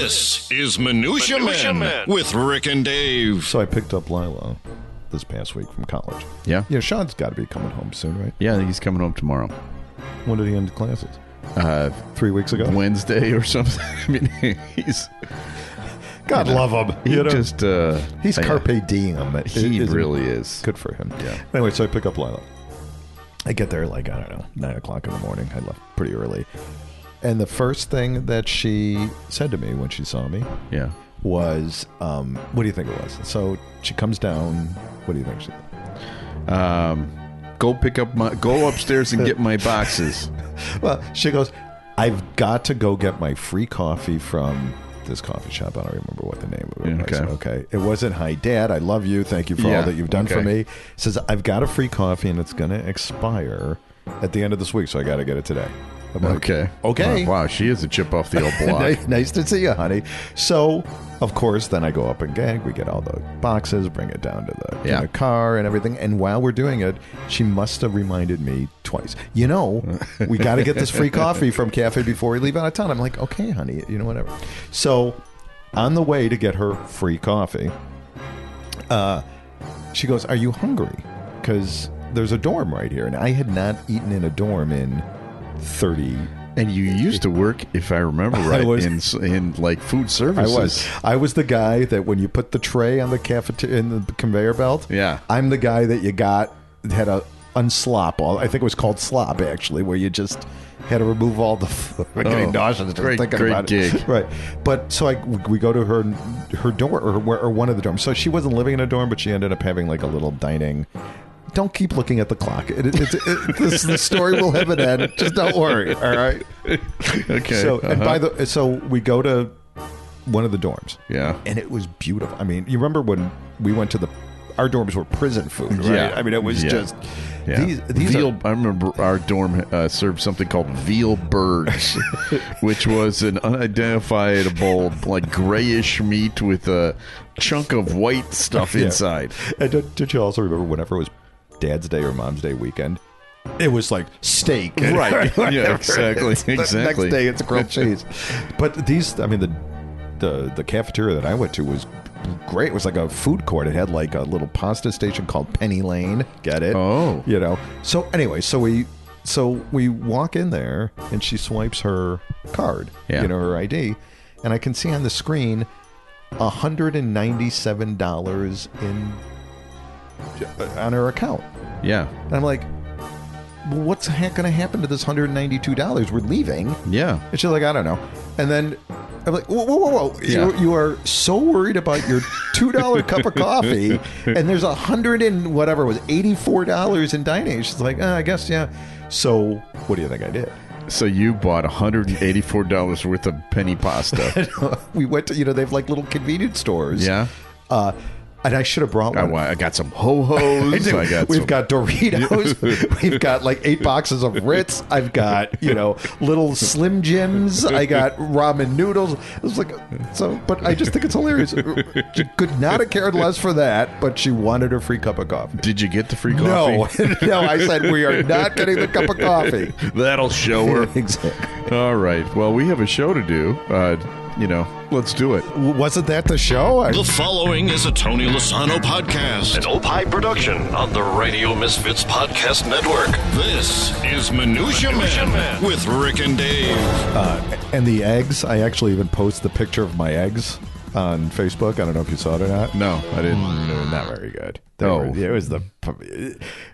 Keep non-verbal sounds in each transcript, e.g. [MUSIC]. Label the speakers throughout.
Speaker 1: This is Minutia,
Speaker 2: Minutia
Speaker 1: Men,
Speaker 2: Men.
Speaker 1: with Rick and Dave.
Speaker 3: So I picked up Lila this past week from college.
Speaker 4: Yeah.
Speaker 3: Yeah, Sean's got to be coming home soon, right?
Speaker 4: Yeah, he's coming home tomorrow.
Speaker 3: When did he end classes?
Speaker 4: Uh,
Speaker 3: Three weeks ago.
Speaker 4: Wednesday or something. [LAUGHS] I mean, he's
Speaker 3: God love him.
Speaker 4: he
Speaker 3: you know?
Speaker 4: just uh,
Speaker 3: he's
Speaker 4: I-
Speaker 3: carpe diem. It
Speaker 4: He
Speaker 3: isn't-
Speaker 4: really is.
Speaker 3: good for him.
Speaker 4: Yeah.
Speaker 3: Anyway, so I pick up Lila. I get there like I don't know nine o'clock in the morning. I left pretty early, and the first thing that she said to me when she saw me
Speaker 4: Yeah.
Speaker 3: was, um, "What do you think it was?" So she comes down. What do you think? She,
Speaker 4: Um, go pick up my. Go upstairs and get
Speaker 3: [LAUGHS]
Speaker 4: my boxes.
Speaker 3: Well, she goes, I've got to go get my free coffee from this coffee shop. I don't remember what the name of it was.
Speaker 4: Yeah, okay.
Speaker 3: okay. It wasn't, Hi, Dad, I love you. Thank you for
Speaker 4: Yeah,
Speaker 3: all that you've done for
Speaker 4: okay.
Speaker 3: me. Says, I've got a free coffee and it's going to expire at the end of this week, so I got to get it today. I'm like,
Speaker 4: Okay.
Speaker 3: Okay.
Speaker 4: Wow, wow, she is a chip off the old
Speaker 3: [LAUGHS]
Speaker 4: block.
Speaker 3: Nice, nice to see you, honey. So, of course, then I go up and gag. We get all the boxes, bring it down to the, to
Speaker 4: Yeah.
Speaker 3: the car and everything. And while we're doing it, she must have reminded me twice. You know, we got to get this free coffee from Cafe before we leave out of town. I'm like, okay, honey, you know, whatever. So, on the way to get her free coffee, uh, she goes, "Are you hungry?" Because there's a dorm right here, and I had not eaten in a dorm in thirty
Speaker 4: and you used to work, if
Speaker 3: [LAUGHS]
Speaker 4: I remember right,
Speaker 3: was-
Speaker 4: in s- in like food
Speaker 3: I
Speaker 4: services. [LAUGHS]
Speaker 3: was. I was the guy that when you put the tray on the cafeteria in the conveyor belt.
Speaker 4: Yeah.
Speaker 3: I'm the guy that you got had a unslop. All I think it was called slop actually, where you just had to remove all the. [LAUGHS] food. I'm getting
Speaker 4: Oh,
Speaker 3: nauseous just
Speaker 4: great-
Speaker 3: thinking
Speaker 4: great
Speaker 3: about
Speaker 4: gig.
Speaker 3: it. [LAUGHS] Right, but so I we go to her her door or where or one of the dorms. So she wasn't living in a dorm, but she ended up having like a little dining. Don't keep looking at the clock. It, it, it, it, this, the story will have an end. Just don't worry. All right.
Speaker 4: Okay.
Speaker 3: So and by
Speaker 4: uh-huh.
Speaker 3: the so we go to one of the dorms
Speaker 4: yeah.
Speaker 3: and it was beautiful. I mean, you remember when we went to the our dorms were prison food, right?
Speaker 4: Yeah.
Speaker 3: I mean, it was
Speaker 4: Yeah.
Speaker 3: just
Speaker 4: Yeah.
Speaker 3: these these
Speaker 4: veal,
Speaker 3: are,
Speaker 4: I remember our dorm uh, served something called veal
Speaker 3: [LAUGHS]
Speaker 4: birds, which was an unidentifiable, like grayish meat with a chunk of white stuff
Speaker 3: Yeah.
Speaker 4: inside.
Speaker 3: And don't, don't you also remember whenever it was Dad's Day or Mom's Day weekend? It was like steak, and-
Speaker 4: [LAUGHS] Right.
Speaker 3: [LAUGHS]
Speaker 4: Yeah,
Speaker 3: whatever.
Speaker 4: exactly,
Speaker 3: It's the
Speaker 4: exactly.
Speaker 3: next day, it's
Speaker 4: [LAUGHS]
Speaker 3: grilled cheese. But these, I mean, the the the cafeteria that I went to was great. It was like a food court. It had like a little pasta station called Penny Lane. Get it?
Speaker 4: Oh.
Speaker 3: you know. So anyway, so we so we walk in there, and she swipes her card,
Speaker 4: Yeah.
Speaker 3: you know, her ID, and I can see on the screen. $197 in uh, on her account.
Speaker 4: Yeah.
Speaker 3: And I'm like, well, what's the heck going to happen to this $192? We're leaving.
Speaker 4: Yeah.
Speaker 3: And she's like, I don't know. And then I'm like, whoa, whoa, whoa, whoa. You,
Speaker 4: Yeah.
Speaker 3: you are so worried about your $2 cup of
Speaker 4: [LAUGHS]
Speaker 3: coffee, and there's a hundred and whatever it was $84 in dining. She's like, uh, I guess, yeah. So what do you think I did? [LAUGHS]
Speaker 4: So you bought $184 worth of penny
Speaker 3: [LAUGHS]
Speaker 4: pasta.
Speaker 3: we went to, you know, they have like little convenience stores.
Speaker 4: Yeah.
Speaker 3: Uh, and I should have brought
Speaker 4: I,
Speaker 3: one.
Speaker 4: wa- I got some ho
Speaker 3: [LAUGHS]
Speaker 4: hos.
Speaker 3: I
Speaker 4: I
Speaker 3: do.
Speaker 4: got
Speaker 3: We've
Speaker 4: some-
Speaker 3: got Doritos. We've got like eight boxes of Ritz. I've got you know little Slim Jims. I got ramen noodles. It was like so, but I just think it's hilarious. She could not have cared less for that, but she wanted her free cup of coffee.
Speaker 4: Did you get the free
Speaker 3: No, [LAUGHS]
Speaker 4: coffee?
Speaker 3: no, I said we are not getting the cup of coffee.
Speaker 4: [LAUGHS] That'll show her.
Speaker 3: [LAUGHS] exactly.
Speaker 4: All right. Well, we have a show to do. Uh, you know, let's do it.
Speaker 3: Wasn't that the show? I,
Speaker 1: The following is a Tony Lasano podcast.
Speaker 2: An Opie production on the Radio Misfits Podcast Network.
Speaker 1: This is Minutia,
Speaker 2: Minutia
Speaker 1: Men,
Speaker 2: Men.
Speaker 1: with Rick and Dave.
Speaker 3: uh, and the eggs. I actually even post the picture of my eggs on Facebook. I don't know if you saw it or not.
Speaker 4: No, I didn't.
Speaker 3: Mm, not very good. They
Speaker 4: No.
Speaker 3: were- it was the.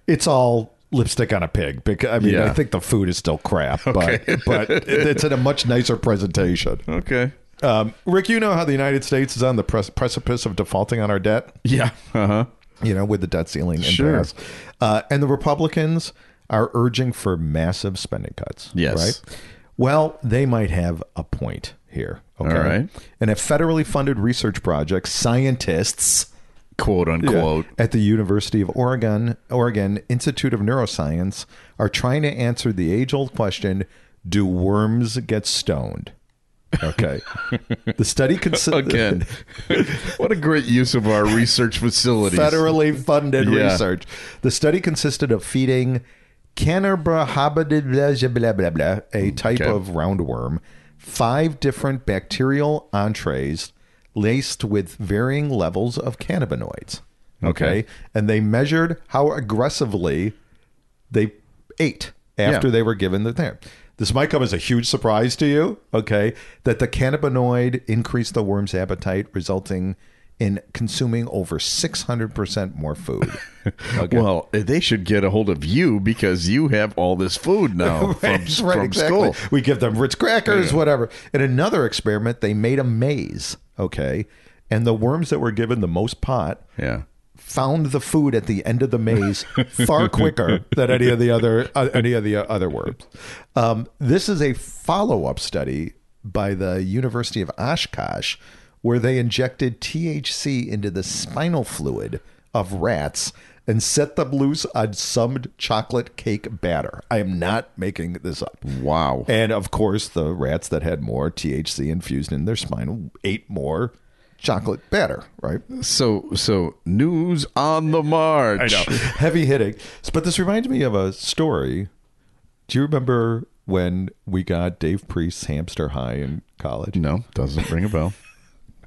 Speaker 3: It's all lipstick on a pig. Because I mean,
Speaker 4: Yeah.
Speaker 3: I think the food is still crap, but but it's in a much nicer
Speaker 4: [LAUGHS]
Speaker 3: presentation.
Speaker 4: Okay.
Speaker 3: Um, Rick, you know how the United States is on the pres- precipice of defaulting on our debt.
Speaker 4: Yeah. Uh huh.
Speaker 3: You know, with the debt ceiling in
Speaker 4: Sure.
Speaker 3: Paris, uh, and the Republicans are urging for massive spending cuts.
Speaker 4: Yes.
Speaker 3: Right. Well, they might have a point here. Okay.
Speaker 4: All right.
Speaker 3: And a federally funded research project, scientists
Speaker 4: Quote unquote.
Speaker 3: at the University of Oregon, Oregon Institute of Neuroscience are trying to answer the age-old question: Do worms get stoned?
Speaker 4: [LAUGHS]
Speaker 3: Okay. the study consists [LAUGHS]
Speaker 4: Again, [LAUGHS] what a great use of our research facilities.
Speaker 3: federally funded
Speaker 4: Yeah.
Speaker 3: research. The study consisted of feeding Canberra habida- blah blah blah blah, a type
Speaker 4: Mm, Okay.
Speaker 3: of roundworm five different bacterial entrees laced with varying levels of cannabinoids.
Speaker 4: Okay.
Speaker 3: And they measured how aggressively they ate after
Speaker 4: Yeah.
Speaker 3: they were given the thing. This might come as a huge surprise to you, okay, that the cannabinoid increased the worm's appetite, resulting in consuming over 600% more [LAUGHS] food. Okay.
Speaker 4: Well, they should get a hold of you because you have all this food now
Speaker 3: [LAUGHS]
Speaker 4: from,
Speaker 3: Right,
Speaker 4: from
Speaker 3: exactly.
Speaker 4: school.
Speaker 3: We give them Ritz crackers, whatever. In another experiment, they made a maze, okay, and the worms that were given the most pot
Speaker 4: Yeah.
Speaker 3: found the food at the end of the maze far quicker than any of the other uh, any of the other worms. Um, this is a follow up study by the University of Oshkosh, where they injected THC into the spinal fluid of rats and set them loose on some chocolate cake batter. I am not making this up.
Speaker 4: Wow.
Speaker 3: And of course, the rats that had more THC infused in their spinal ate more chocolate batter, right?
Speaker 4: So so news on the march.
Speaker 3: [LAUGHS] heavy hitting. S- But this reminds me of a story. Do you remember when we got Dave Priest's hamster high in college?
Speaker 4: No, doesn't ring a bell.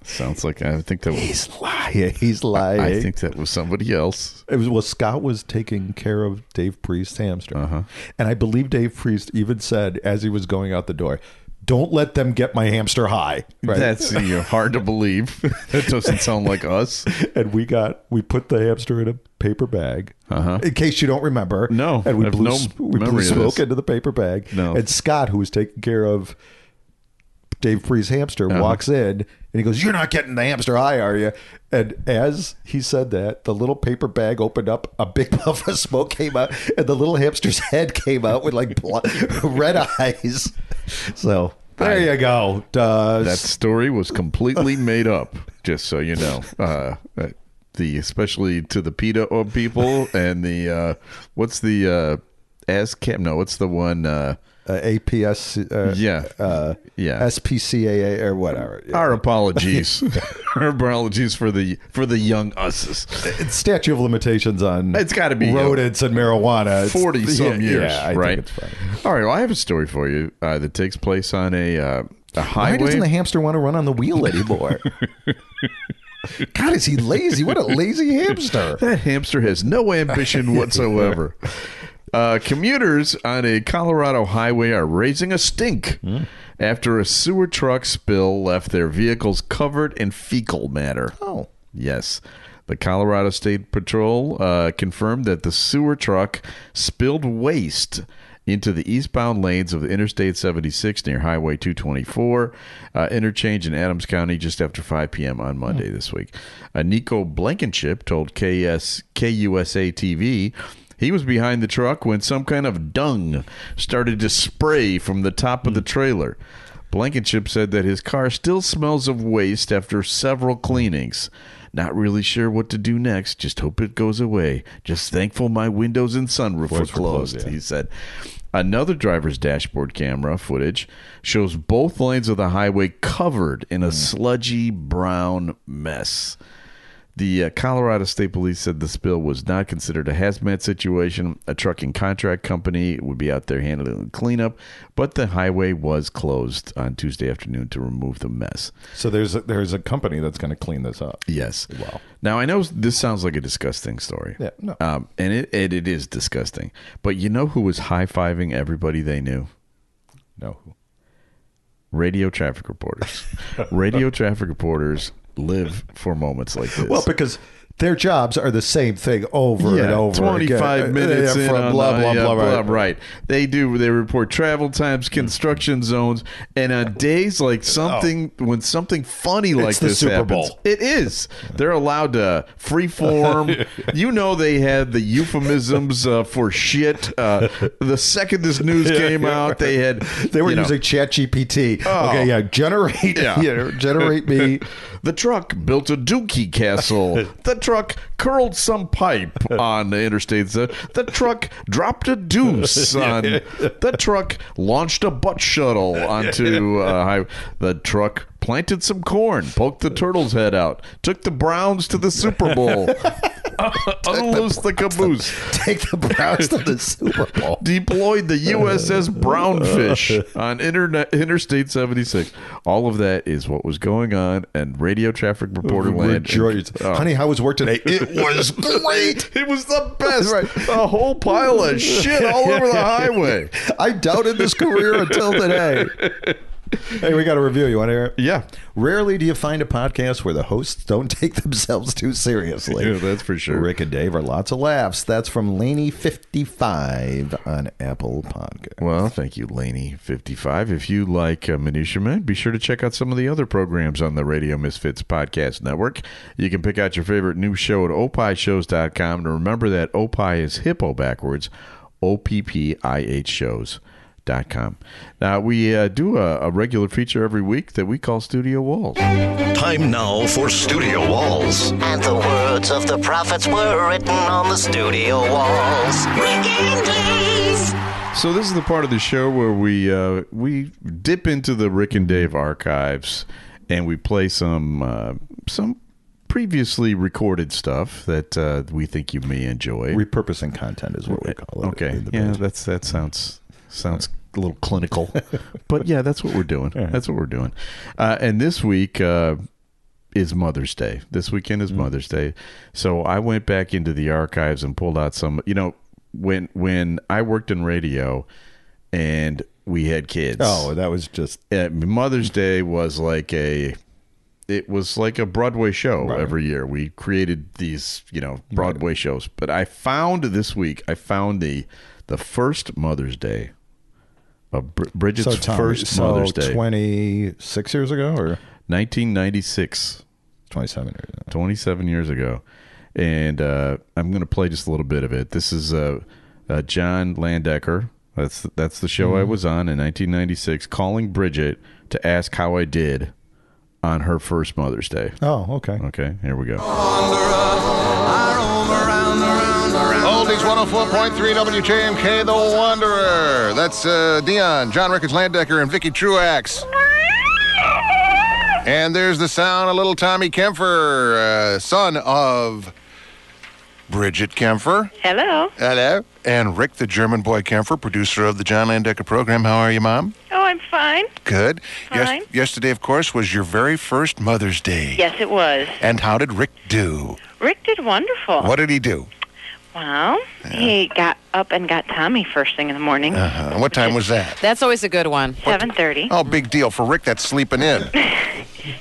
Speaker 4: Sounds like I think that was
Speaker 3: He's lying. He's lying.
Speaker 4: I think that was somebody else.
Speaker 3: it was well. Scott was taking care of Dave Priest's hamster,
Speaker 4: Uh-huh.
Speaker 3: and I believe Dave Priest even said as he was going out the door, "Don't let them get my hamster high." Right?
Speaker 4: That's you know, hard to believe. [LAUGHS] That doesn't sound like us.
Speaker 3: and we got we put the hamster in a paper bag. In case you don't remember,
Speaker 4: Uh-huh. No,
Speaker 3: And we
Speaker 4: I have
Speaker 3: blew
Speaker 4: no
Speaker 3: s- we blew
Speaker 4: memory of
Speaker 3: smoke
Speaker 4: this.
Speaker 3: into the paper bag.
Speaker 4: No.
Speaker 3: and Scott, who was taking care of Dave Free's hamster,
Speaker 4: Uh-huh.
Speaker 3: walks in and he goes, "You're not getting the hamster high, are you?" And as he said that, the little paper bag opened up, a big [LAUGHS] puff of smoke came out, and the little hamster's [LAUGHS] head came out with like blo- [LAUGHS] red eyes. So. There you go. Uh,
Speaker 4: That
Speaker 3: [LAUGHS]
Speaker 4: story was completely made up, just so you know. Uh, the especially to the PETA
Speaker 3: [LAUGHS]
Speaker 4: o- people and the uh, what's the uh, ASCAP? No, what's the one? Uh,
Speaker 3: uh, APS, uh,
Speaker 4: yeah,
Speaker 3: uh,
Speaker 4: yeah.
Speaker 3: SPCAA or whatever. Yeah. [LAUGHS]
Speaker 4: Our apologies. Our apologies for the for the young us's.
Speaker 3: It's statute of limitations on
Speaker 4: It's gotta be, uh,
Speaker 3: rodents and marijuana. It's-
Speaker 4: Forty some
Speaker 3: yeah,
Speaker 4: years,
Speaker 3: yeah, I
Speaker 4: right?
Speaker 3: Think it's fine.
Speaker 4: All right. Well, I have a story for you uh, that takes place on a uh, a
Speaker 3: Why
Speaker 4: highway.
Speaker 3: doesn't the hamster want to run on the wheel
Speaker 4: [LAUGHS]
Speaker 3: anymore? God, is he lazy? What a lazy hamster!
Speaker 4: That hamster has no ambition whatsoever. Uh, commuters on a Colorado highway are raising a stink after a sewer truck spill left their vehicles covered in fecal matter.
Speaker 3: Oh,
Speaker 4: Yes. The Colorado State Patrol uh, confirmed that the sewer truck spilled waste into the eastbound lanes of Interstate 76 near Highway 224 uh, interchange in Adams County just after 5 p.m. on Monday this week. Uh, Nico Blankenship told KS, KUSA TV he was behind the truck when some kind of dung started to spray from the top of the trailer. Blankenship said that his car still smells of waste after several cleanings. Not really sure what to do next. Just hope it goes away. Just thankful my windows and sunroof were closed, he said. Another driver's dashboard camera footage shows both lanes of the highway covered in a sludgy brown mess. The uh, Colorado State Police said the spill was not considered a hazmat situation. A trucking contract company would be out there handling the cleanup, but the highway was closed on Tuesday afternoon to remove the mess.
Speaker 3: so there's a, there's a company that's going to clean this up.
Speaker 4: Yes. Wow. Now I know this sounds like a disgusting story.
Speaker 3: Yeah, no.
Speaker 4: Um, and it, it it is disgusting. But you know who was high fiving everybody they knew?
Speaker 3: No,
Speaker 4: Radio
Speaker 3: [LAUGHS]
Speaker 4: traffic reporters. Radio traffic reporters live for moments like this.
Speaker 3: well because. Their jobs are the same thing over and over. again.
Speaker 4: 25
Speaker 3: Uh,
Speaker 4: minutes
Speaker 3: yeah,
Speaker 4: in
Speaker 3: from
Speaker 4: on
Speaker 3: blah,
Speaker 4: the-
Speaker 3: blah,
Speaker 4: yeah,
Speaker 3: blah, Hmm. blah,
Speaker 4: Right. They do. They report travel times, construction zones, and on days like something when something funny like
Speaker 3: Oh. the
Speaker 4: this
Speaker 3: Super
Speaker 4: happens,
Speaker 3: Bowl.
Speaker 4: it is. They're allowed to free form.
Speaker 3: [LAUGHS]
Speaker 4: you know they had the euphemisms uh, for shit. Uh, the second
Speaker 3: [LAUGHS]
Speaker 4: this news came out, they had
Speaker 3: They were
Speaker 4: you know, Oh.
Speaker 3: using ChatGPT. Okay, yeah, generate, [LAUGHS]
Speaker 4: Yeah.
Speaker 3: yeah. generate
Speaker 4: [LAUGHS]
Speaker 3: me
Speaker 4: The truck built a dookie [LAUGHS] castle. the truck curled some pipe on the interstate. The, the truck dropped a [LAUGHS] deuce on. the truck launched a butt shuttle onto. Uh, high, the truck [LAUGHS] planted some corn, poked the turtle's head out, took the Browns to the Super Bowl. Unloose the caboose.
Speaker 3: Take the Browns to the Super Bowl.
Speaker 4: [LAUGHS] Deployed the USS
Speaker 3: [LAUGHS]
Speaker 4: Brownfish on internet, Interstate 76. All of that is what was going on, and radio traffic reporter land.
Speaker 3: Rejoice.
Speaker 4: Oh.
Speaker 3: Honey, how was work today? It was great.
Speaker 4: [LAUGHS] It was the best.
Speaker 3: [LAUGHS] Right.
Speaker 4: A whole pile of shit all
Speaker 3: [LAUGHS]
Speaker 4: over the highway.
Speaker 3: I doubted this career until today. Hey, we got a review. You want to hear it?
Speaker 4: Yeah.
Speaker 3: Rarely do you find a podcast where the hosts don't [LAUGHS] take themselves too seriously.
Speaker 4: Yeah, that's for sure.
Speaker 3: Rick and Dave are lots of laughs. That's from Laney55 on Apple Podcast.
Speaker 4: Well, thank you, Laney55. If you like uh, Minutia Man, be sure to check out some of the other programs on the Radio Misfits Podcast Network. You can pick out your favorite new show at opishows.com. And remember that opi is hippo backwards, O P P I H shows.com. Now, we uh, do a, a regular feature every week that we call Studio Walls.
Speaker 2: Time now for Studio Walls.
Speaker 5: And the words of the prophets were written on the studio walls. Weekend days.
Speaker 4: So this is the part of the show where we uh, we dip into the Rick and Dave archives and we play some uh, some previously recorded stuff that uh, we think you may enjoy.
Speaker 3: Repurposing content is what we call it.
Speaker 4: okay,
Speaker 3: in the
Speaker 4: yeah,
Speaker 3: biz.
Speaker 4: that's that sounds sounds a little clinical, [LAUGHS] but yeah, that's what we're doing. That's what we're doing. Uh, and this week. Uh, is Mother's Day. This weekend is Mother's Day. So I went back into the archives and pulled out some, you know, when when I worked in radio and we had kids.
Speaker 3: [LAUGHS] Oh, that was just
Speaker 4: uh, Mother's Day was like a it was like a Broadway show every year. We created these, you know, Broadway shows. But I found this week I found the the first Mother's Day of Br- Bridget's
Speaker 3: so Tom,
Speaker 4: first
Speaker 3: so
Speaker 4: Mother's Day,
Speaker 3: 26 years ago or
Speaker 4: 1996,
Speaker 3: 27 years ago.
Speaker 4: 27 years ago. And uh, I'm going to play just a little bit of it. This is uh, uh, John Landecker. That's that's the show
Speaker 3: Mm-hmm.
Speaker 4: I was on in 1996 calling Bridget to ask how I did on her first Mother's Day.
Speaker 3: Oh, okay.
Speaker 4: Okay, here we go. [LAUGHS]
Speaker 6: Oldies 104.3 WJMK The Wanderer. That's uh, Dion, John Rickards Landecker, and Vicky Truax. And there's the sound of little Tommy Kempfer, uh, son of Bridget Kempfer.
Speaker 7: Hello.
Speaker 6: Hello. And Rick, the German boy Kempfer, producer of the John Landecker program. How are you, Mom?
Speaker 7: Oh, I'm fine.
Speaker 6: Good.
Speaker 7: Fine.
Speaker 6: yesterday, of course, was your very first Mother's Day.
Speaker 7: Yes, it was.
Speaker 6: And how did Rick do?
Speaker 7: Rick did wonderful.
Speaker 6: What did he do?
Speaker 7: Well, he got up and got Tommy first thing in the morning,
Speaker 6: Uh, what time was that?
Speaker 8: That's always a good one.
Speaker 7: seven thirty.
Speaker 6: Oh, big deal for Rick. That's sleeping in.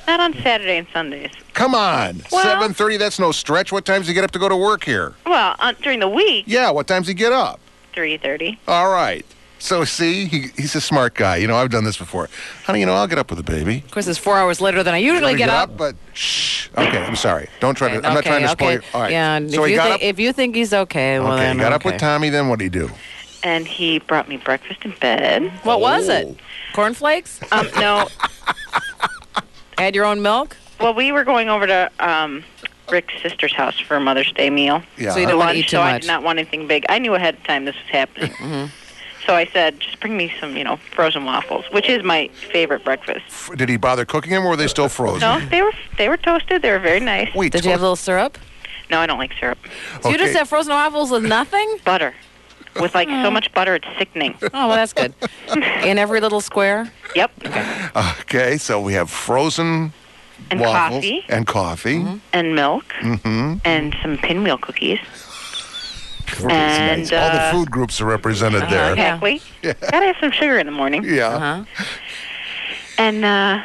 Speaker 7: Not on Saturday and Sundays.
Speaker 6: Come on,
Speaker 7: Well-
Speaker 6: seven thirty. That's no stretch. What time's he get up to go to work here?
Speaker 7: Well, on, during the week,
Speaker 6: Yeah, what time's he get up?
Speaker 7: three thirty.
Speaker 6: All right. So see, he, he's a smart guy. You know, I've done this before. Honey, you know, I'll get up with the baby.
Speaker 8: Of course, it's four hours later than I usually get up.
Speaker 6: but shh. Okay, I'm sorry. Don't try to. I'm not
Speaker 8: Okay,
Speaker 6: trying to spoil.
Speaker 8: okay.
Speaker 6: you. All right.
Speaker 8: Yeah, and
Speaker 6: So
Speaker 8: if,
Speaker 6: he
Speaker 8: you
Speaker 6: got
Speaker 8: thi-
Speaker 6: up.
Speaker 8: if you think he's okay, well
Speaker 6: okay,
Speaker 8: then
Speaker 6: he got up with
Speaker 8: okay.
Speaker 6: Tommy. Then what would he do?
Speaker 7: And he brought me breakfast in bed.
Speaker 8: What was
Speaker 6: Oh.
Speaker 8: it? Cornflakes?
Speaker 7: Um,
Speaker 6: [LAUGHS]
Speaker 7: no,
Speaker 8: Add your own milk?
Speaker 7: well, we were going over to um, Rick's sister's house for a Mother's Day meal.
Speaker 6: Yeah.
Speaker 8: So you
Speaker 7: The
Speaker 8: don't want to
Speaker 7: lunch,
Speaker 8: eat too
Speaker 7: so I
Speaker 8: much. Mm-hmm.
Speaker 7: did not want anything big. I knew ahead of time this was happening. So I said, just bring me some, you know, frozen waffles, which is my favorite breakfast.
Speaker 6: F- Did he bother cooking them, or were they still frozen?
Speaker 7: No, they were they were toasted. They were very nice.
Speaker 6: Wait.
Speaker 8: Did you have a little syrup?
Speaker 7: No, I don't like syrup.
Speaker 8: So you just
Speaker 6: Okay.
Speaker 8: have frozen waffles with nothing?
Speaker 7: Butter. With like so much butter, it's sickening.
Speaker 8: Oh, well,
Speaker 6: [LAUGHS]
Speaker 8: that's good. In every little square?
Speaker 7: Yep.
Speaker 6: okay, so we have frozen
Speaker 7: And
Speaker 6: waffles
Speaker 7: coffee
Speaker 6: and coffee.
Speaker 8: Mm-hmm.
Speaker 7: and milk and some pinwheel cookies. and
Speaker 6: All the
Speaker 7: uh,
Speaker 6: food groups are represented there.
Speaker 8: uh-huh. okay. Uh-huh.
Speaker 7: exactly. Gotta have some sugar in the morning.
Speaker 6: Yeah.
Speaker 7: And uh,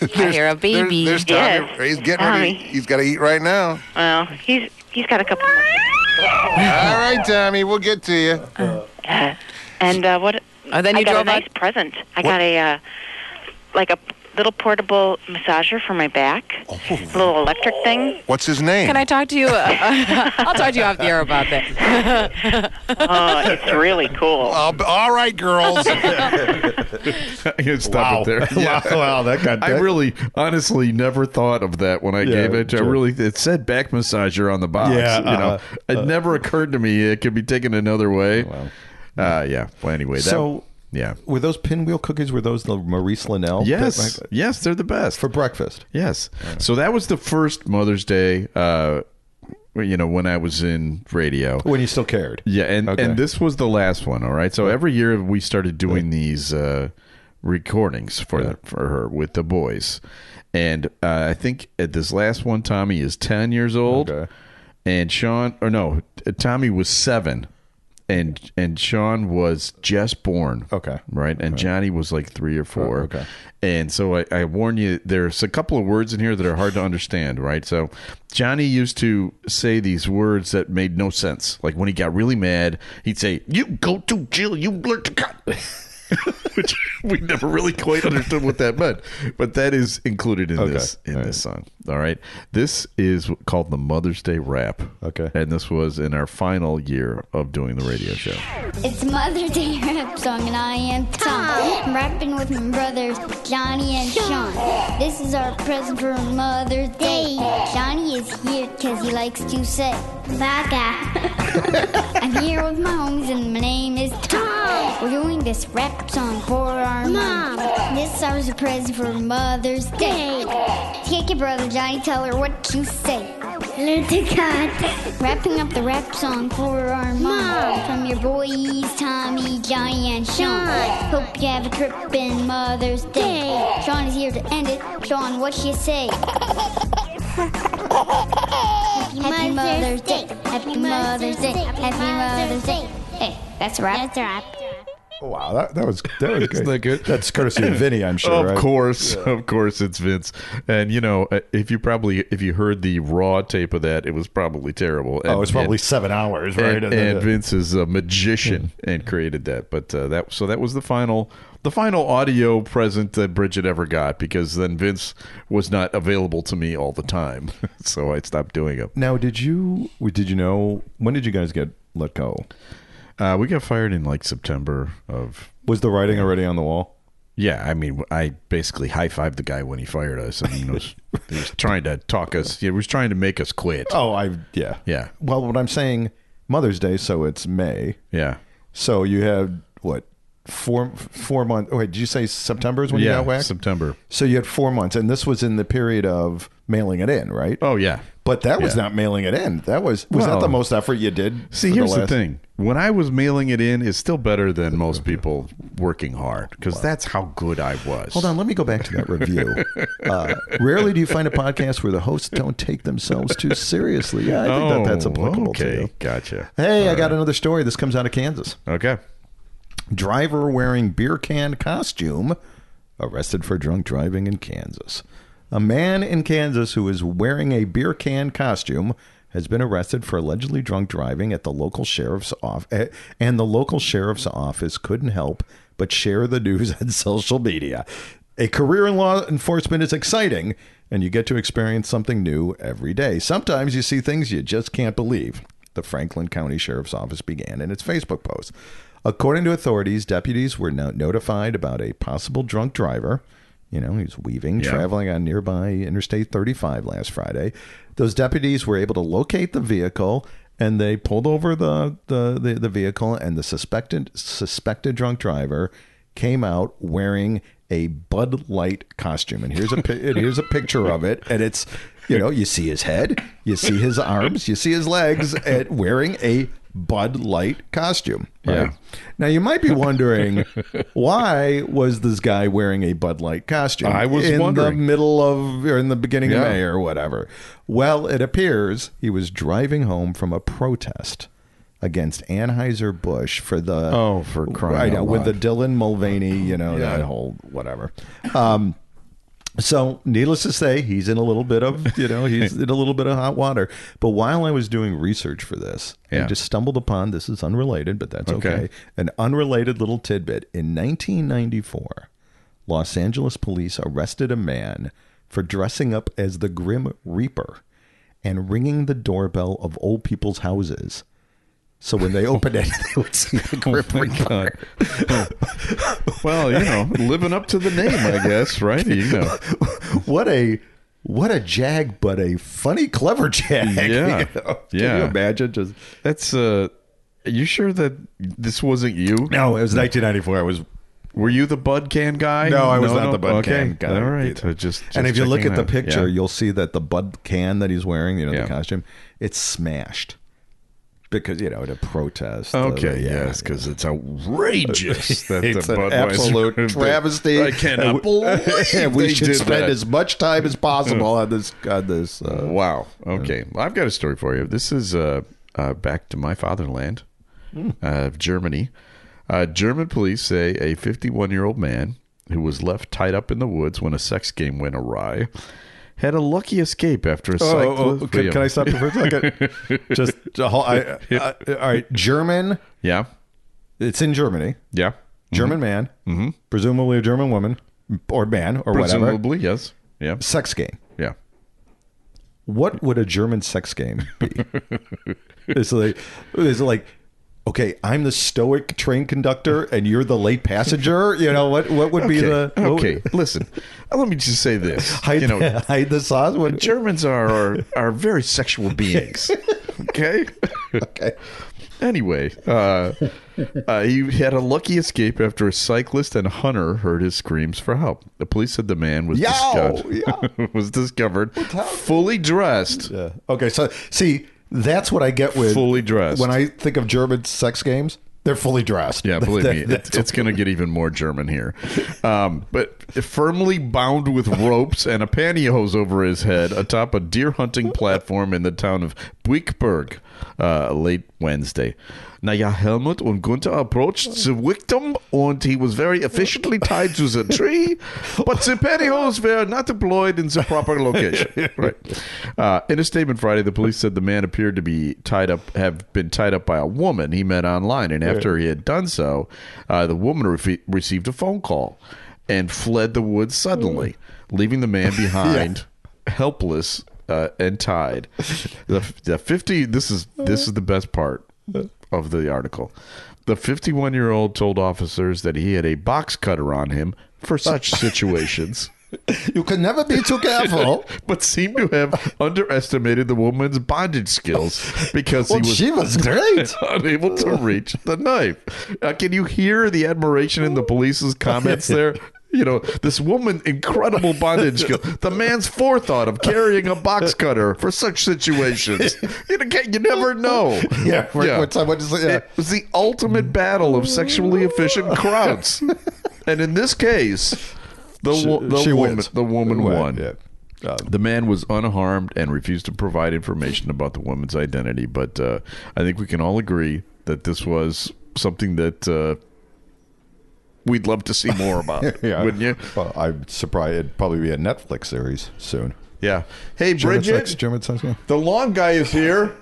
Speaker 8: I hear a
Speaker 6: There-
Speaker 8: baby.
Speaker 6: there's Tommy.
Speaker 7: Yes.
Speaker 6: He's getting ready.
Speaker 7: Tommy.
Speaker 6: He's got to eat right now.
Speaker 7: well, he's he's got a couple. More.
Speaker 6: All right, Tommy, we'll get to you.
Speaker 7: And uh, what?
Speaker 8: Oh, then
Speaker 7: I
Speaker 8: you
Speaker 7: got a
Speaker 8: drove out-
Speaker 7: nice present. I got a uh, like a little portable massager for my back.
Speaker 6: Oh.
Speaker 7: A little electric thing.
Speaker 6: What's his name?
Speaker 8: Can I talk to you? uh, [LAUGHS] I'll talk to you off the air about that. [LAUGHS]
Speaker 7: Oh, it's really cool.
Speaker 6: Uh, b- all right, girls.
Speaker 4: You Stop it there.
Speaker 3: [LAUGHS]
Speaker 4: Yeah.
Speaker 3: wow, that got
Speaker 4: I really, honestly, never thought of that when I gave it. I
Speaker 3: sure.
Speaker 4: really, it said back massager on the box.
Speaker 3: Yeah,
Speaker 4: you
Speaker 3: uh,
Speaker 4: know, it never occurred to me it could be taken another way. Uh, yeah. Well, anyway, that,
Speaker 3: So-
Speaker 4: yeah,
Speaker 3: Were those pinwheel cookies? Were those the Maurice Linnell?
Speaker 4: yes,
Speaker 3: that-
Speaker 4: yes, they're the best.
Speaker 3: for breakfast.
Speaker 4: yes. So that was the first Mother's Day uh, you know, when I was in radio.
Speaker 3: When you still cared.
Speaker 4: Yeah, and
Speaker 3: Okay.
Speaker 4: and this was the last one. All right, so every year we started doing these uh, recordings for for her with the boys, and uh, I think at this last one, Tommy is ten years old,
Speaker 3: Okay.
Speaker 4: and Sean or no, Tommy was seven, and and Sean was just born.
Speaker 3: Okay.
Speaker 4: right, and Johnny was like three or four.
Speaker 3: Oh, okay.
Speaker 4: and so I, I warn you, there's a couple of words in here that are hard to understand. Right, so Johnny used to say these words that made no sense. Like when he got really mad, he'd say, "You go to jail, you learn to cut." [LAUGHS] Which we never really quite understood what that meant, but that is included in
Speaker 3: Okay.
Speaker 4: this in
Speaker 3: All right.
Speaker 4: this song. All right, this is called the Mother's Day rap.
Speaker 3: Okay.
Speaker 4: and this was in our final year of doing the radio show.
Speaker 9: It's Mother Day rap [LAUGHS] song, and I am Tom. I'm rapping with my brothers, Johnny and Sean. This is our present for Mother's Day. Johnny is here because he likes to say, Baga. I'm here with my homies, and my name is Tom. We're doing this rap song for our mom. This is our present for Mother's Day. Take your brother, Johnny, tell her what you say. Learn to cut. Wrapping up the rap song for our mom. From your boys, Tommy, Johnny, and Sean. Hope you have a trippin' Mother's Day. Sean is here to end it. Sean, what you say? Happy Mother's Day. Happy Mother's Day. Happy Mother's Day. Hey, that's a wrap. That's a wrap.
Speaker 3: Oh, Wow, that, that was that [LAUGHS] was
Speaker 4: Isn't
Speaker 3: good.
Speaker 4: that good?
Speaker 3: That's courtesy of Vinny, I'm sure.
Speaker 4: Of
Speaker 3: right?
Speaker 4: course, of course, it's Vince. And you know, uh, if you probably if you heard the raw tape of that, it was probably terrible. And,
Speaker 3: Oh, it's probably
Speaker 4: and-
Speaker 3: seven hours, right? Hmm.
Speaker 4: and, and Vince is a magician and created that. But uh, that so that was the final the final audio present that Bridget ever got because then Vince was not available to me all the time, [LAUGHS] so I stopped doing it.
Speaker 3: now, did you did you know when did you guys get let go?
Speaker 4: Uh, we got fired in like September of
Speaker 3: Was the writing already on the wall?
Speaker 4: Yeah, I mean, I basically high fived the guy when he fired us. I mean, he was, he was trying to talk us. He was trying to make us quit.
Speaker 3: Oh, I yeah
Speaker 4: Yeah.
Speaker 3: Well, what I'm saying, Mother's Day, so it's May.
Speaker 4: Yeah,
Speaker 3: So you have what four four months? Wait, did you say September is when you
Speaker 4: yeah.
Speaker 3: got whacked?
Speaker 4: September.
Speaker 3: so you had four months, and this was in the period of mailing it in, right?
Speaker 4: Oh yeah.
Speaker 3: But that was
Speaker 4: Yeah.
Speaker 3: not mailing it in. That was was
Speaker 4: Well-
Speaker 3: that the most effort you did?
Speaker 4: See,
Speaker 3: for
Speaker 4: here's the,
Speaker 3: last-
Speaker 4: thing. When I was mailing it in, it's still better than most people working hard because that's how good I was.
Speaker 3: Hold on, let me go back to that
Speaker 4: [LAUGHS]
Speaker 3: review. Uh, rarely do you find a podcast where the hosts don't take themselves too seriously. Yeah, I think that that's
Speaker 4: Oh,
Speaker 3: applicable
Speaker 4: okay.
Speaker 3: to you.
Speaker 4: Gotcha.
Speaker 3: Hey, I got another story. This comes out of Kansas.
Speaker 4: [LAUGHS] Okay.
Speaker 3: Driver wearing beer can costume arrested for drunk driving in Kansas. A man in Kansas who is wearing a beer can costume has been arrested for allegedly drunk driving at the local sheriff's office, and the local sheriff's office couldn't help but share the news [LAUGHS] on social media. A career in law enforcement is exciting, and you get to experience something new every day. Sometimes you see things you just can't believe the Franklin County Sheriff's Office began in its Facebook post. According to authorities, deputies were no- notified about a possible drunk driver. You know, he was weaving,
Speaker 4: Yeah.
Speaker 3: traveling on nearby Interstate 35 last Friday. Those deputies were able to locate the vehicle and they pulled over the, the, the, the vehicle, and the suspected, suspected drunk driver came out wearing a Bud Light costume. And here's a pi- and here's a picture of it. And it's you know you see his head, you see his arms, you see his legs, and wearing a Bud Light costume. right?
Speaker 4: Yeah.
Speaker 3: Now you might be wondering why was this guy wearing a Bud Light costume?
Speaker 4: I was
Speaker 3: in the
Speaker 4: wondering.
Speaker 3: middle of or in the beginning of
Speaker 4: Yeah.
Speaker 3: May or whatever. Well, it appears he was driving home from a protest against Anheuser-Busch for the
Speaker 4: Oh, for crying
Speaker 3: I
Speaker 4: out
Speaker 3: know, with the
Speaker 4: loud.
Speaker 3: Dylan Mulvaney, you know, that whole whatever. Um, so, needless to say, he's in a little bit of, you know, he's in a little bit of hot water. But while I was doing research for this, I
Speaker 4: Yeah.
Speaker 3: just stumbled upon this is unrelated, but that's okay.
Speaker 4: Okay.
Speaker 3: An unrelated little tidbit. In 1994, Los Angeles police arrested a man for dressing up as the Grim Reaper and ringing the doorbell of old people's houses. So when they opened it, [LAUGHS] they would see the Grim
Speaker 4: Oh, my
Speaker 3: Reaper.
Speaker 4: God. [LAUGHS] well, you know, living up to the name, I guess, right? You know.
Speaker 3: what a what a jag, but a funny, clever jag. [LAUGHS]
Speaker 4: Yeah.
Speaker 3: you know? Can
Speaker 4: Yeah.
Speaker 3: you imagine just?
Speaker 4: That's uh are you sure that this wasn't you?
Speaker 3: No, it was 1994. I was
Speaker 4: Were you the Bud Can guy?
Speaker 3: No, I was not the Bud Can guy
Speaker 4: All right.
Speaker 3: either.
Speaker 4: I just,
Speaker 3: and
Speaker 4: just
Speaker 3: if you look
Speaker 4: checking
Speaker 3: at the
Speaker 4: out.
Speaker 3: picture,
Speaker 4: Yeah.
Speaker 3: you'll see that the bud can that he's wearing, you know,
Speaker 4: Yeah.
Speaker 3: the costume, it's smashed because you know to protest.
Speaker 4: Okay,
Speaker 3: the-
Speaker 4: yes, because it's outrageous
Speaker 3: [LAUGHS]
Speaker 4: that
Speaker 3: It's
Speaker 4: the
Speaker 3: an
Speaker 4: Budweiser [LAUGHS]
Speaker 3: absolute
Speaker 4: did.
Speaker 3: travesty.
Speaker 4: I cannot
Speaker 3: And [LAUGHS] we-
Speaker 4: believe
Speaker 3: and we
Speaker 4: they
Speaker 3: should
Speaker 4: did
Speaker 3: spend
Speaker 4: that.
Speaker 3: as much time as
Speaker 4: [LAUGHS]
Speaker 3: possible on this. On this, uh,
Speaker 4: Wow. Okay. Well, I've got a story for you. This is uh, uh, back to my fatherland,
Speaker 3: Hmm.
Speaker 4: uh, Germany. Uh, German police say a 51 year old man who was left tied up in the woods when a sex game went awry had a lucky escape after a
Speaker 3: Oh,
Speaker 4: cyclist.
Speaker 3: can, can I stop you for a second?
Speaker 4: [LAUGHS]
Speaker 3: Just a whole- I- I- all right, German.
Speaker 4: Yeah.
Speaker 3: It's in Germany.
Speaker 4: Yeah.
Speaker 3: German man, mm-hmm. presumably a German woman or man or whatever.
Speaker 4: Presumably, yes. Yeah.
Speaker 3: Sex game.
Speaker 4: Yeah.
Speaker 3: What would a German sex game be? [LAUGHS] it's like, it's like, okay, I'm the stoic train conductor and you're the late passenger. You know what? What would be the
Speaker 4: Okay.
Speaker 3: what would- [LAUGHS]
Speaker 4: okay. Listen, uh, let me just say this.
Speaker 3: hide,
Speaker 4: you know,
Speaker 3: hide the [LAUGHS] sauce? What,
Speaker 4: Germans are are, are very sexual beings. Okay.
Speaker 3: okay.
Speaker 4: Anyway, uh, uh, he had a lucky escape after a cyclist and hunter heard his screams for help. The police said the man was
Speaker 3: Yow!
Speaker 4: discovered, [LAUGHS] was discovered fully dressed.
Speaker 3: Yeah. Okay. So see, that's what I get with
Speaker 4: Fully dressed.
Speaker 3: When I think of German sex games, they're fully [LAUGHS] dressed.
Speaker 4: Yeah, believe
Speaker 3: That-
Speaker 4: me,
Speaker 3: that's-
Speaker 4: it's, it's going to get even more German here. Um, but firmly bound with ropes and a pantyhose over his head atop a deer hunting platform in the town of Buikberg uh, late Wednesday. Naja Helmut und Gunther approached the victim and he was very efficiently tied to the tree, but the pantyhose were not deployed in the proper location. Right. Uh, in a statement Friday, the police said the man appeared to be tied up, have been tied up by a woman he met online, and after he had done so, uh, the woman refe received a phone call and fled the woods suddenly,
Speaker 3: Mm.
Speaker 4: leaving
Speaker 3: [LAUGHS]
Speaker 4: the man behind, helpless uh, and tied. The, the fifty. This is this is the best part of the article. The 51 year old told officers that he had a box cutter on him
Speaker 3: [LAUGHS]
Speaker 4: for such situations
Speaker 3: you can never be too
Speaker 4: [LAUGHS]
Speaker 3: careful.
Speaker 4: but seemed to have underestimated the woman's bondage skills because he
Speaker 3: well,
Speaker 4: was
Speaker 3: she was
Speaker 4: [LAUGHS]
Speaker 3: great.
Speaker 4: unable to reach the knife. Uh, can you hear the admiration in the police's
Speaker 3: [LAUGHS]
Speaker 4: comments there? You know, this woman, incredible bondage skill. The man's forethought of carrying a box cutter for such situations. You, know, you never know.
Speaker 3: [LAUGHS] Yeah, when- when someone is- yeah.
Speaker 4: It was the ultimate battle of sexually
Speaker 3: [LAUGHS]
Speaker 4: efficient crowds. and in this case, the, wo- the
Speaker 3: she
Speaker 4: woman,
Speaker 3: wins.
Speaker 4: the woman
Speaker 3: Win,
Speaker 4: won.
Speaker 3: yeah. [LAUGHS]
Speaker 4: Um, The man was unharmed and refused to provide information about the woman's identity. But uh, I think we can all agree that this was something that uh, we'd love to see more about,
Speaker 3: [LAUGHS] Yeah.
Speaker 4: wouldn't you?
Speaker 3: Well, I'm surprised. It'd probably be a Netflix series soon.
Speaker 4: Yeah. Hey,
Speaker 3: German
Speaker 4: Bridget,
Speaker 3: sex- German sex game.
Speaker 4: the lawn guy is here.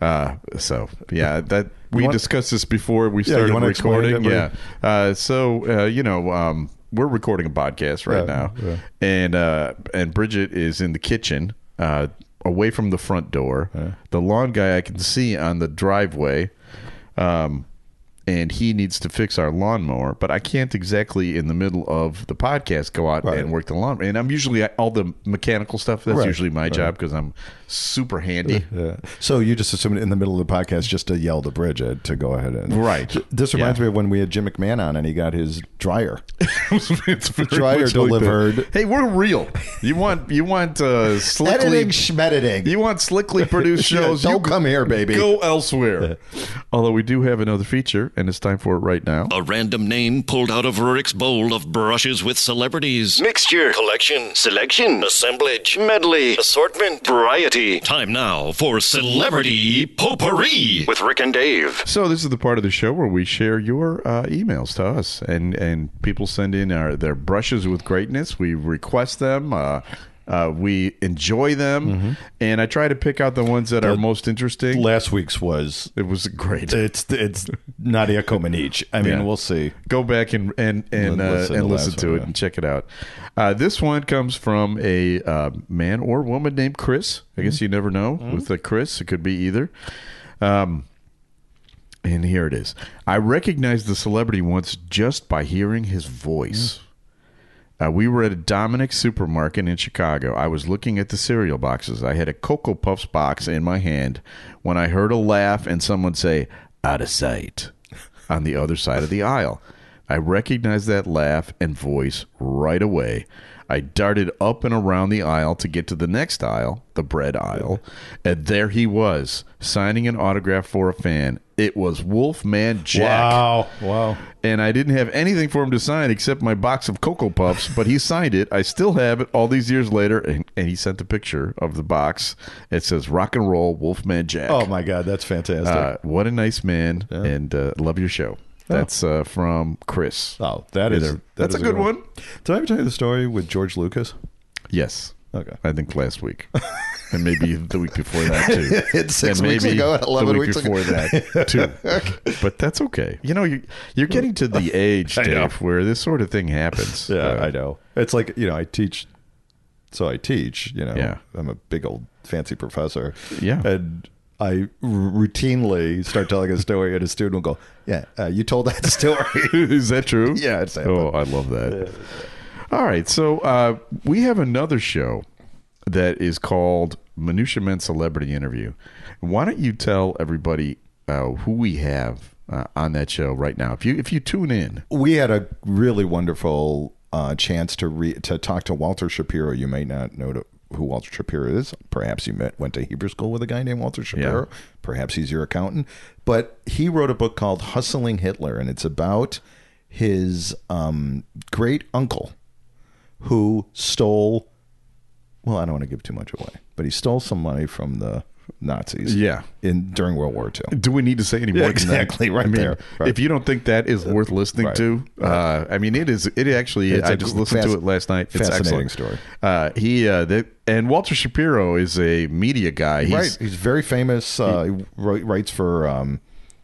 Speaker 4: Uh, so yeah, that we
Speaker 3: want-
Speaker 4: discussed this before we
Speaker 3: you
Speaker 4: started
Speaker 3: wanna explain it,
Speaker 4: recording. Yeah.
Speaker 3: Brian?
Speaker 4: Uh, so uh, you know, um, we're recording a podcast right
Speaker 3: Yeah,
Speaker 4: now,
Speaker 3: yeah.
Speaker 4: and uh, and Bridget is in the kitchen, uh, away from the front door. The lawn guy I can see on the driveway, um, and he needs to fix our lawnmower, but I can't exactly in the middle of the podcast go out
Speaker 3: Right.
Speaker 4: and work the lawn. And I'm usually all the mechanical stuff. That's
Speaker 3: Right,
Speaker 4: usually my job
Speaker 3: right.
Speaker 4: job because I'm super handy. [LAUGHS]
Speaker 3: Yeah. So you just assumed in the middle of the podcast just to yell to Bridget to go ahead and
Speaker 4: Right.
Speaker 3: This reminds
Speaker 4: Yeah.
Speaker 3: me of when we had Jim McMahon on and he got his dryer.
Speaker 4: [LAUGHS] it's very
Speaker 3: Dryer
Speaker 4: much like that.
Speaker 3: delivered.
Speaker 4: hey, we're real. You want you want uh, slickly [LAUGHS]
Speaker 3: Editing, schmediting.
Speaker 4: you want slickly produced
Speaker 3: Yeah,
Speaker 4: shows.
Speaker 3: don't
Speaker 4: you
Speaker 3: come here, baby.
Speaker 4: Go elsewhere. Although we do have another feature, and it's time for it right now.
Speaker 1: A random name pulled out of Rick's bowl of brushes with celebrities.
Speaker 2: Mixture, collection, selection, assemblage, medley, assortment, variety.
Speaker 1: Time now for Celebrity Potpourri.
Speaker 2: With Rick and Dave.
Speaker 4: So this is the part of the show where we share your uh, emails to us, and and people send in our their brushes with greatness. We request them. Uh, uh, we enjoy them,
Speaker 3: Mm-hmm.
Speaker 4: and I try to pick out the ones that are most interesting.
Speaker 3: Last week's was
Speaker 4: it was great.
Speaker 3: it's it's Nadia Comaneci. I mean,
Speaker 4: Yeah.
Speaker 3: we'll see.
Speaker 4: Go back and and and
Speaker 3: Then
Speaker 4: uh,
Speaker 3: listen to
Speaker 4: and
Speaker 3: the
Speaker 4: listen
Speaker 3: last
Speaker 4: to
Speaker 3: one,
Speaker 4: it
Speaker 3: yeah.
Speaker 4: and check it out. Uh, this one comes from a uh, man or woman named Chris. I guess
Speaker 3: Mm-hmm.
Speaker 4: you never know with a Chris. It could be either. Um, and here it is. I recognized the celebrity once just by hearing his voice. Uh, we were at a Dominic supermarket in Chicago. I was looking at the cereal boxes. I had a Cocoa Puffs box in my hand when I heard a laugh and someone say, out of sight. on the other side of the aisle. I recognized that laugh and voice right away. I darted up and around the aisle to get to the next aisle, the bread aisle, and there he was, signing an autograph for a fan. It was Wolfman Jack
Speaker 3: Wow. Wow.
Speaker 4: and I didn't have anything for him to sign except my box of Cocoa Puffs, but he signed it. I still have it all these years later, and, and he sent a picture of the box. It says Rock and Roll Wolfman Jack.
Speaker 3: Oh my God, that's fantastic.
Speaker 4: Uh, what a nice man, and uh, love your show. That's uh, from Chris.
Speaker 3: oh, that is
Speaker 4: Either-
Speaker 3: that
Speaker 4: that's
Speaker 3: is
Speaker 4: a good one.
Speaker 6: Did I ever tell you the story with George Lucas?
Speaker 4: Yes.
Speaker 6: Okay.
Speaker 4: I think last week, and maybe the week before that too.
Speaker 6: It's six
Speaker 4: and
Speaker 6: weeks
Speaker 4: maybe
Speaker 6: ago,
Speaker 4: the
Speaker 6: 11
Speaker 4: week
Speaker 6: weeks ago.
Speaker 4: before that too. But that's okay. You know, you're, you're getting to the age,
Speaker 3: I know.
Speaker 4: Dave, where this sort of thing happens.
Speaker 3: Yeah,
Speaker 4: Uh,
Speaker 3: I know. It's like you know, I teach, so I teach. You know,
Speaker 4: Yeah.
Speaker 3: I'm a big old fancy professor.
Speaker 4: Yeah.
Speaker 3: and I r- routinely start telling a story, and a student will go, "Yeah, uh, you told that [LAUGHS] story."
Speaker 4: [LAUGHS] Is that true?
Speaker 3: Yeah, it's happened.
Speaker 4: Oh, I love that. All right, so uh, we have another show that is called Minutia Men Celebrity Interview. Why don't you tell everybody uh, who we have uh, on that show right now? If you if you tune in,
Speaker 3: we had a really wonderful uh, chance to re- to talk to Walter Shapiro. You may not know to- who Walter Shapiro is. Perhaps you met went to Hebrew school with a guy named Walter Shapiro. Perhaps he's your accountant. But he wrote a book called "Hustling Hitler," and it's about his um, great uncle who stole. Well, I don't want to give too much away, but he stole some money from the Nazis.
Speaker 4: Yeah.
Speaker 3: in during World War II.
Speaker 4: do we need to say any more?
Speaker 3: Yeah,
Speaker 4: than that?
Speaker 3: exactly, right
Speaker 4: I mean,
Speaker 3: there, right.
Speaker 4: If you don't think that is worth listening
Speaker 3: right,
Speaker 4: to, uh, I mean, it is. It actually.
Speaker 3: It's
Speaker 4: I
Speaker 3: a
Speaker 4: just
Speaker 3: gr-
Speaker 4: listened
Speaker 3: fasc-
Speaker 4: to it last night. It's
Speaker 3: fascinating
Speaker 4: excellent.
Speaker 3: story.
Speaker 4: Uh, he uh, that, and Walter Shapiro is a media guy. He's
Speaker 3: right, he's very famous. Uh, he wri- writes for. Um,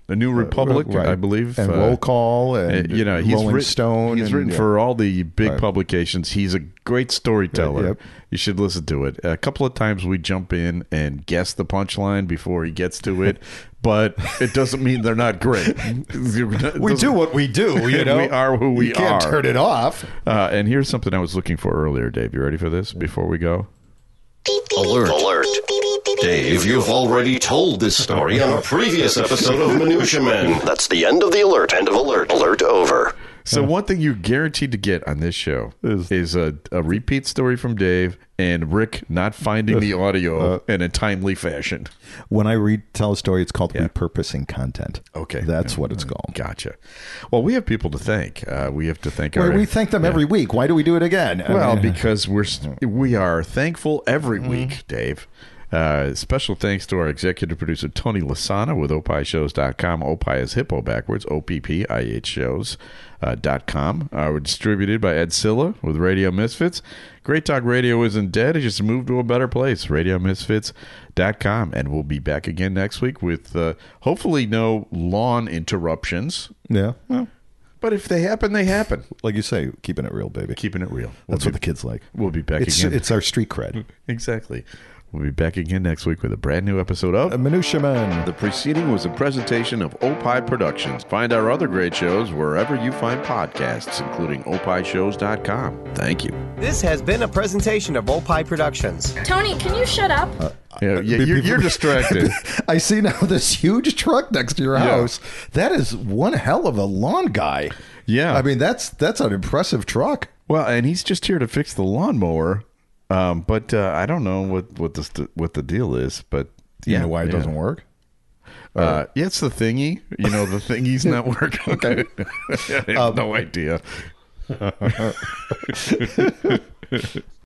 Speaker 4: the New Republic,
Speaker 3: Right.
Speaker 4: I believe.
Speaker 3: and
Speaker 4: uh,
Speaker 3: roll call, and
Speaker 4: Uh, you know, he's
Speaker 3: Rolling
Speaker 4: writ-
Speaker 3: Stone.
Speaker 4: He's
Speaker 3: and-
Speaker 4: written
Speaker 3: yeah.
Speaker 4: for all the big
Speaker 3: Right.
Speaker 4: publications. He's a great storyteller.
Speaker 3: Yep.
Speaker 4: You should listen to it. A couple of times we jump in and guess the punchline before he gets
Speaker 3: [LAUGHS]
Speaker 4: to it, but it doesn't mean they're not great.
Speaker 3: We do what we
Speaker 4: [LAUGHS]
Speaker 3: do. You know,
Speaker 4: We are who we
Speaker 3: you can't
Speaker 4: are.
Speaker 3: Turn it off.
Speaker 4: Uh, and here's something I was looking for earlier, Dave. You ready for this? Before we go,
Speaker 2: Alert. Alert. Dave, you've already told this story on a previous episode of Minutia Men. That's the end of the alert. End of alert. Alert over.
Speaker 4: So one thing you're guaranteed to get on this show is, a, a repeat story from Dave and Rick not finding the audio
Speaker 3: uh,
Speaker 4: in a timely fashion.
Speaker 3: When I read tell a story, it's called repurposing content.
Speaker 4: Okay.
Speaker 3: that's what it's called.
Speaker 4: Gotcha. Well, we have people to thank. Uh, we have to thank
Speaker 3: Where
Speaker 4: our.
Speaker 3: we thank them every week. Why do we do it again? I
Speaker 4: well,
Speaker 3: mean,
Speaker 4: because we're st- we are thankful every
Speaker 3: Mm-hmm.
Speaker 4: week, Dave. Uh, special thanks to our executive producer Tony Lasana with opishows.com. Opie is hippo backwards. O P P I H shows. Uh, dot com. Uh, we're distributed by Ed Silla with Radio Misfits. Great Talk Radio isn't dead. It just moved to a better place. RadioMisfits.com. And we'll be back again next week with uh, hopefully no lawn interruptions.
Speaker 3: [LAUGHS] yeah. Well,
Speaker 4: But if they happen, they happen.
Speaker 3: like you say, keeping it real, baby.
Speaker 4: Keeping it real.
Speaker 3: that's what the kids like.
Speaker 4: We'll be back
Speaker 3: It's
Speaker 4: again.
Speaker 3: it's our street cred.
Speaker 4: exactly. We'll be back again next week with a brand new episode of.
Speaker 3: Minutia man.
Speaker 4: The preceding was a presentation of Opie Productions. Find our other great shows wherever you find podcasts, including opishows.com. Thank you.
Speaker 5: This has been a presentation of Opie Productions.
Speaker 8: Tony, can you shut up?
Speaker 4: Yeah, yeah, you're, you're [LAUGHS] distracted.
Speaker 3: I see now [LAUGHS] this huge truck next to your house. That is one hell of a lawn guy.
Speaker 4: Yeah.
Speaker 3: I mean that's that's an impressive truck.
Speaker 4: well, and he's just here to fix the lawnmower. Um, but uh, I don't know what what the st- what the deal is. But
Speaker 3: You
Speaker 4: yeah,
Speaker 3: know why it
Speaker 4: yeah.
Speaker 3: doesn't work?
Speaker 4: Uh, yeah, it's the thingy. You know, the thingy's not working. [LAUGHS] okay. Um, I have no idea.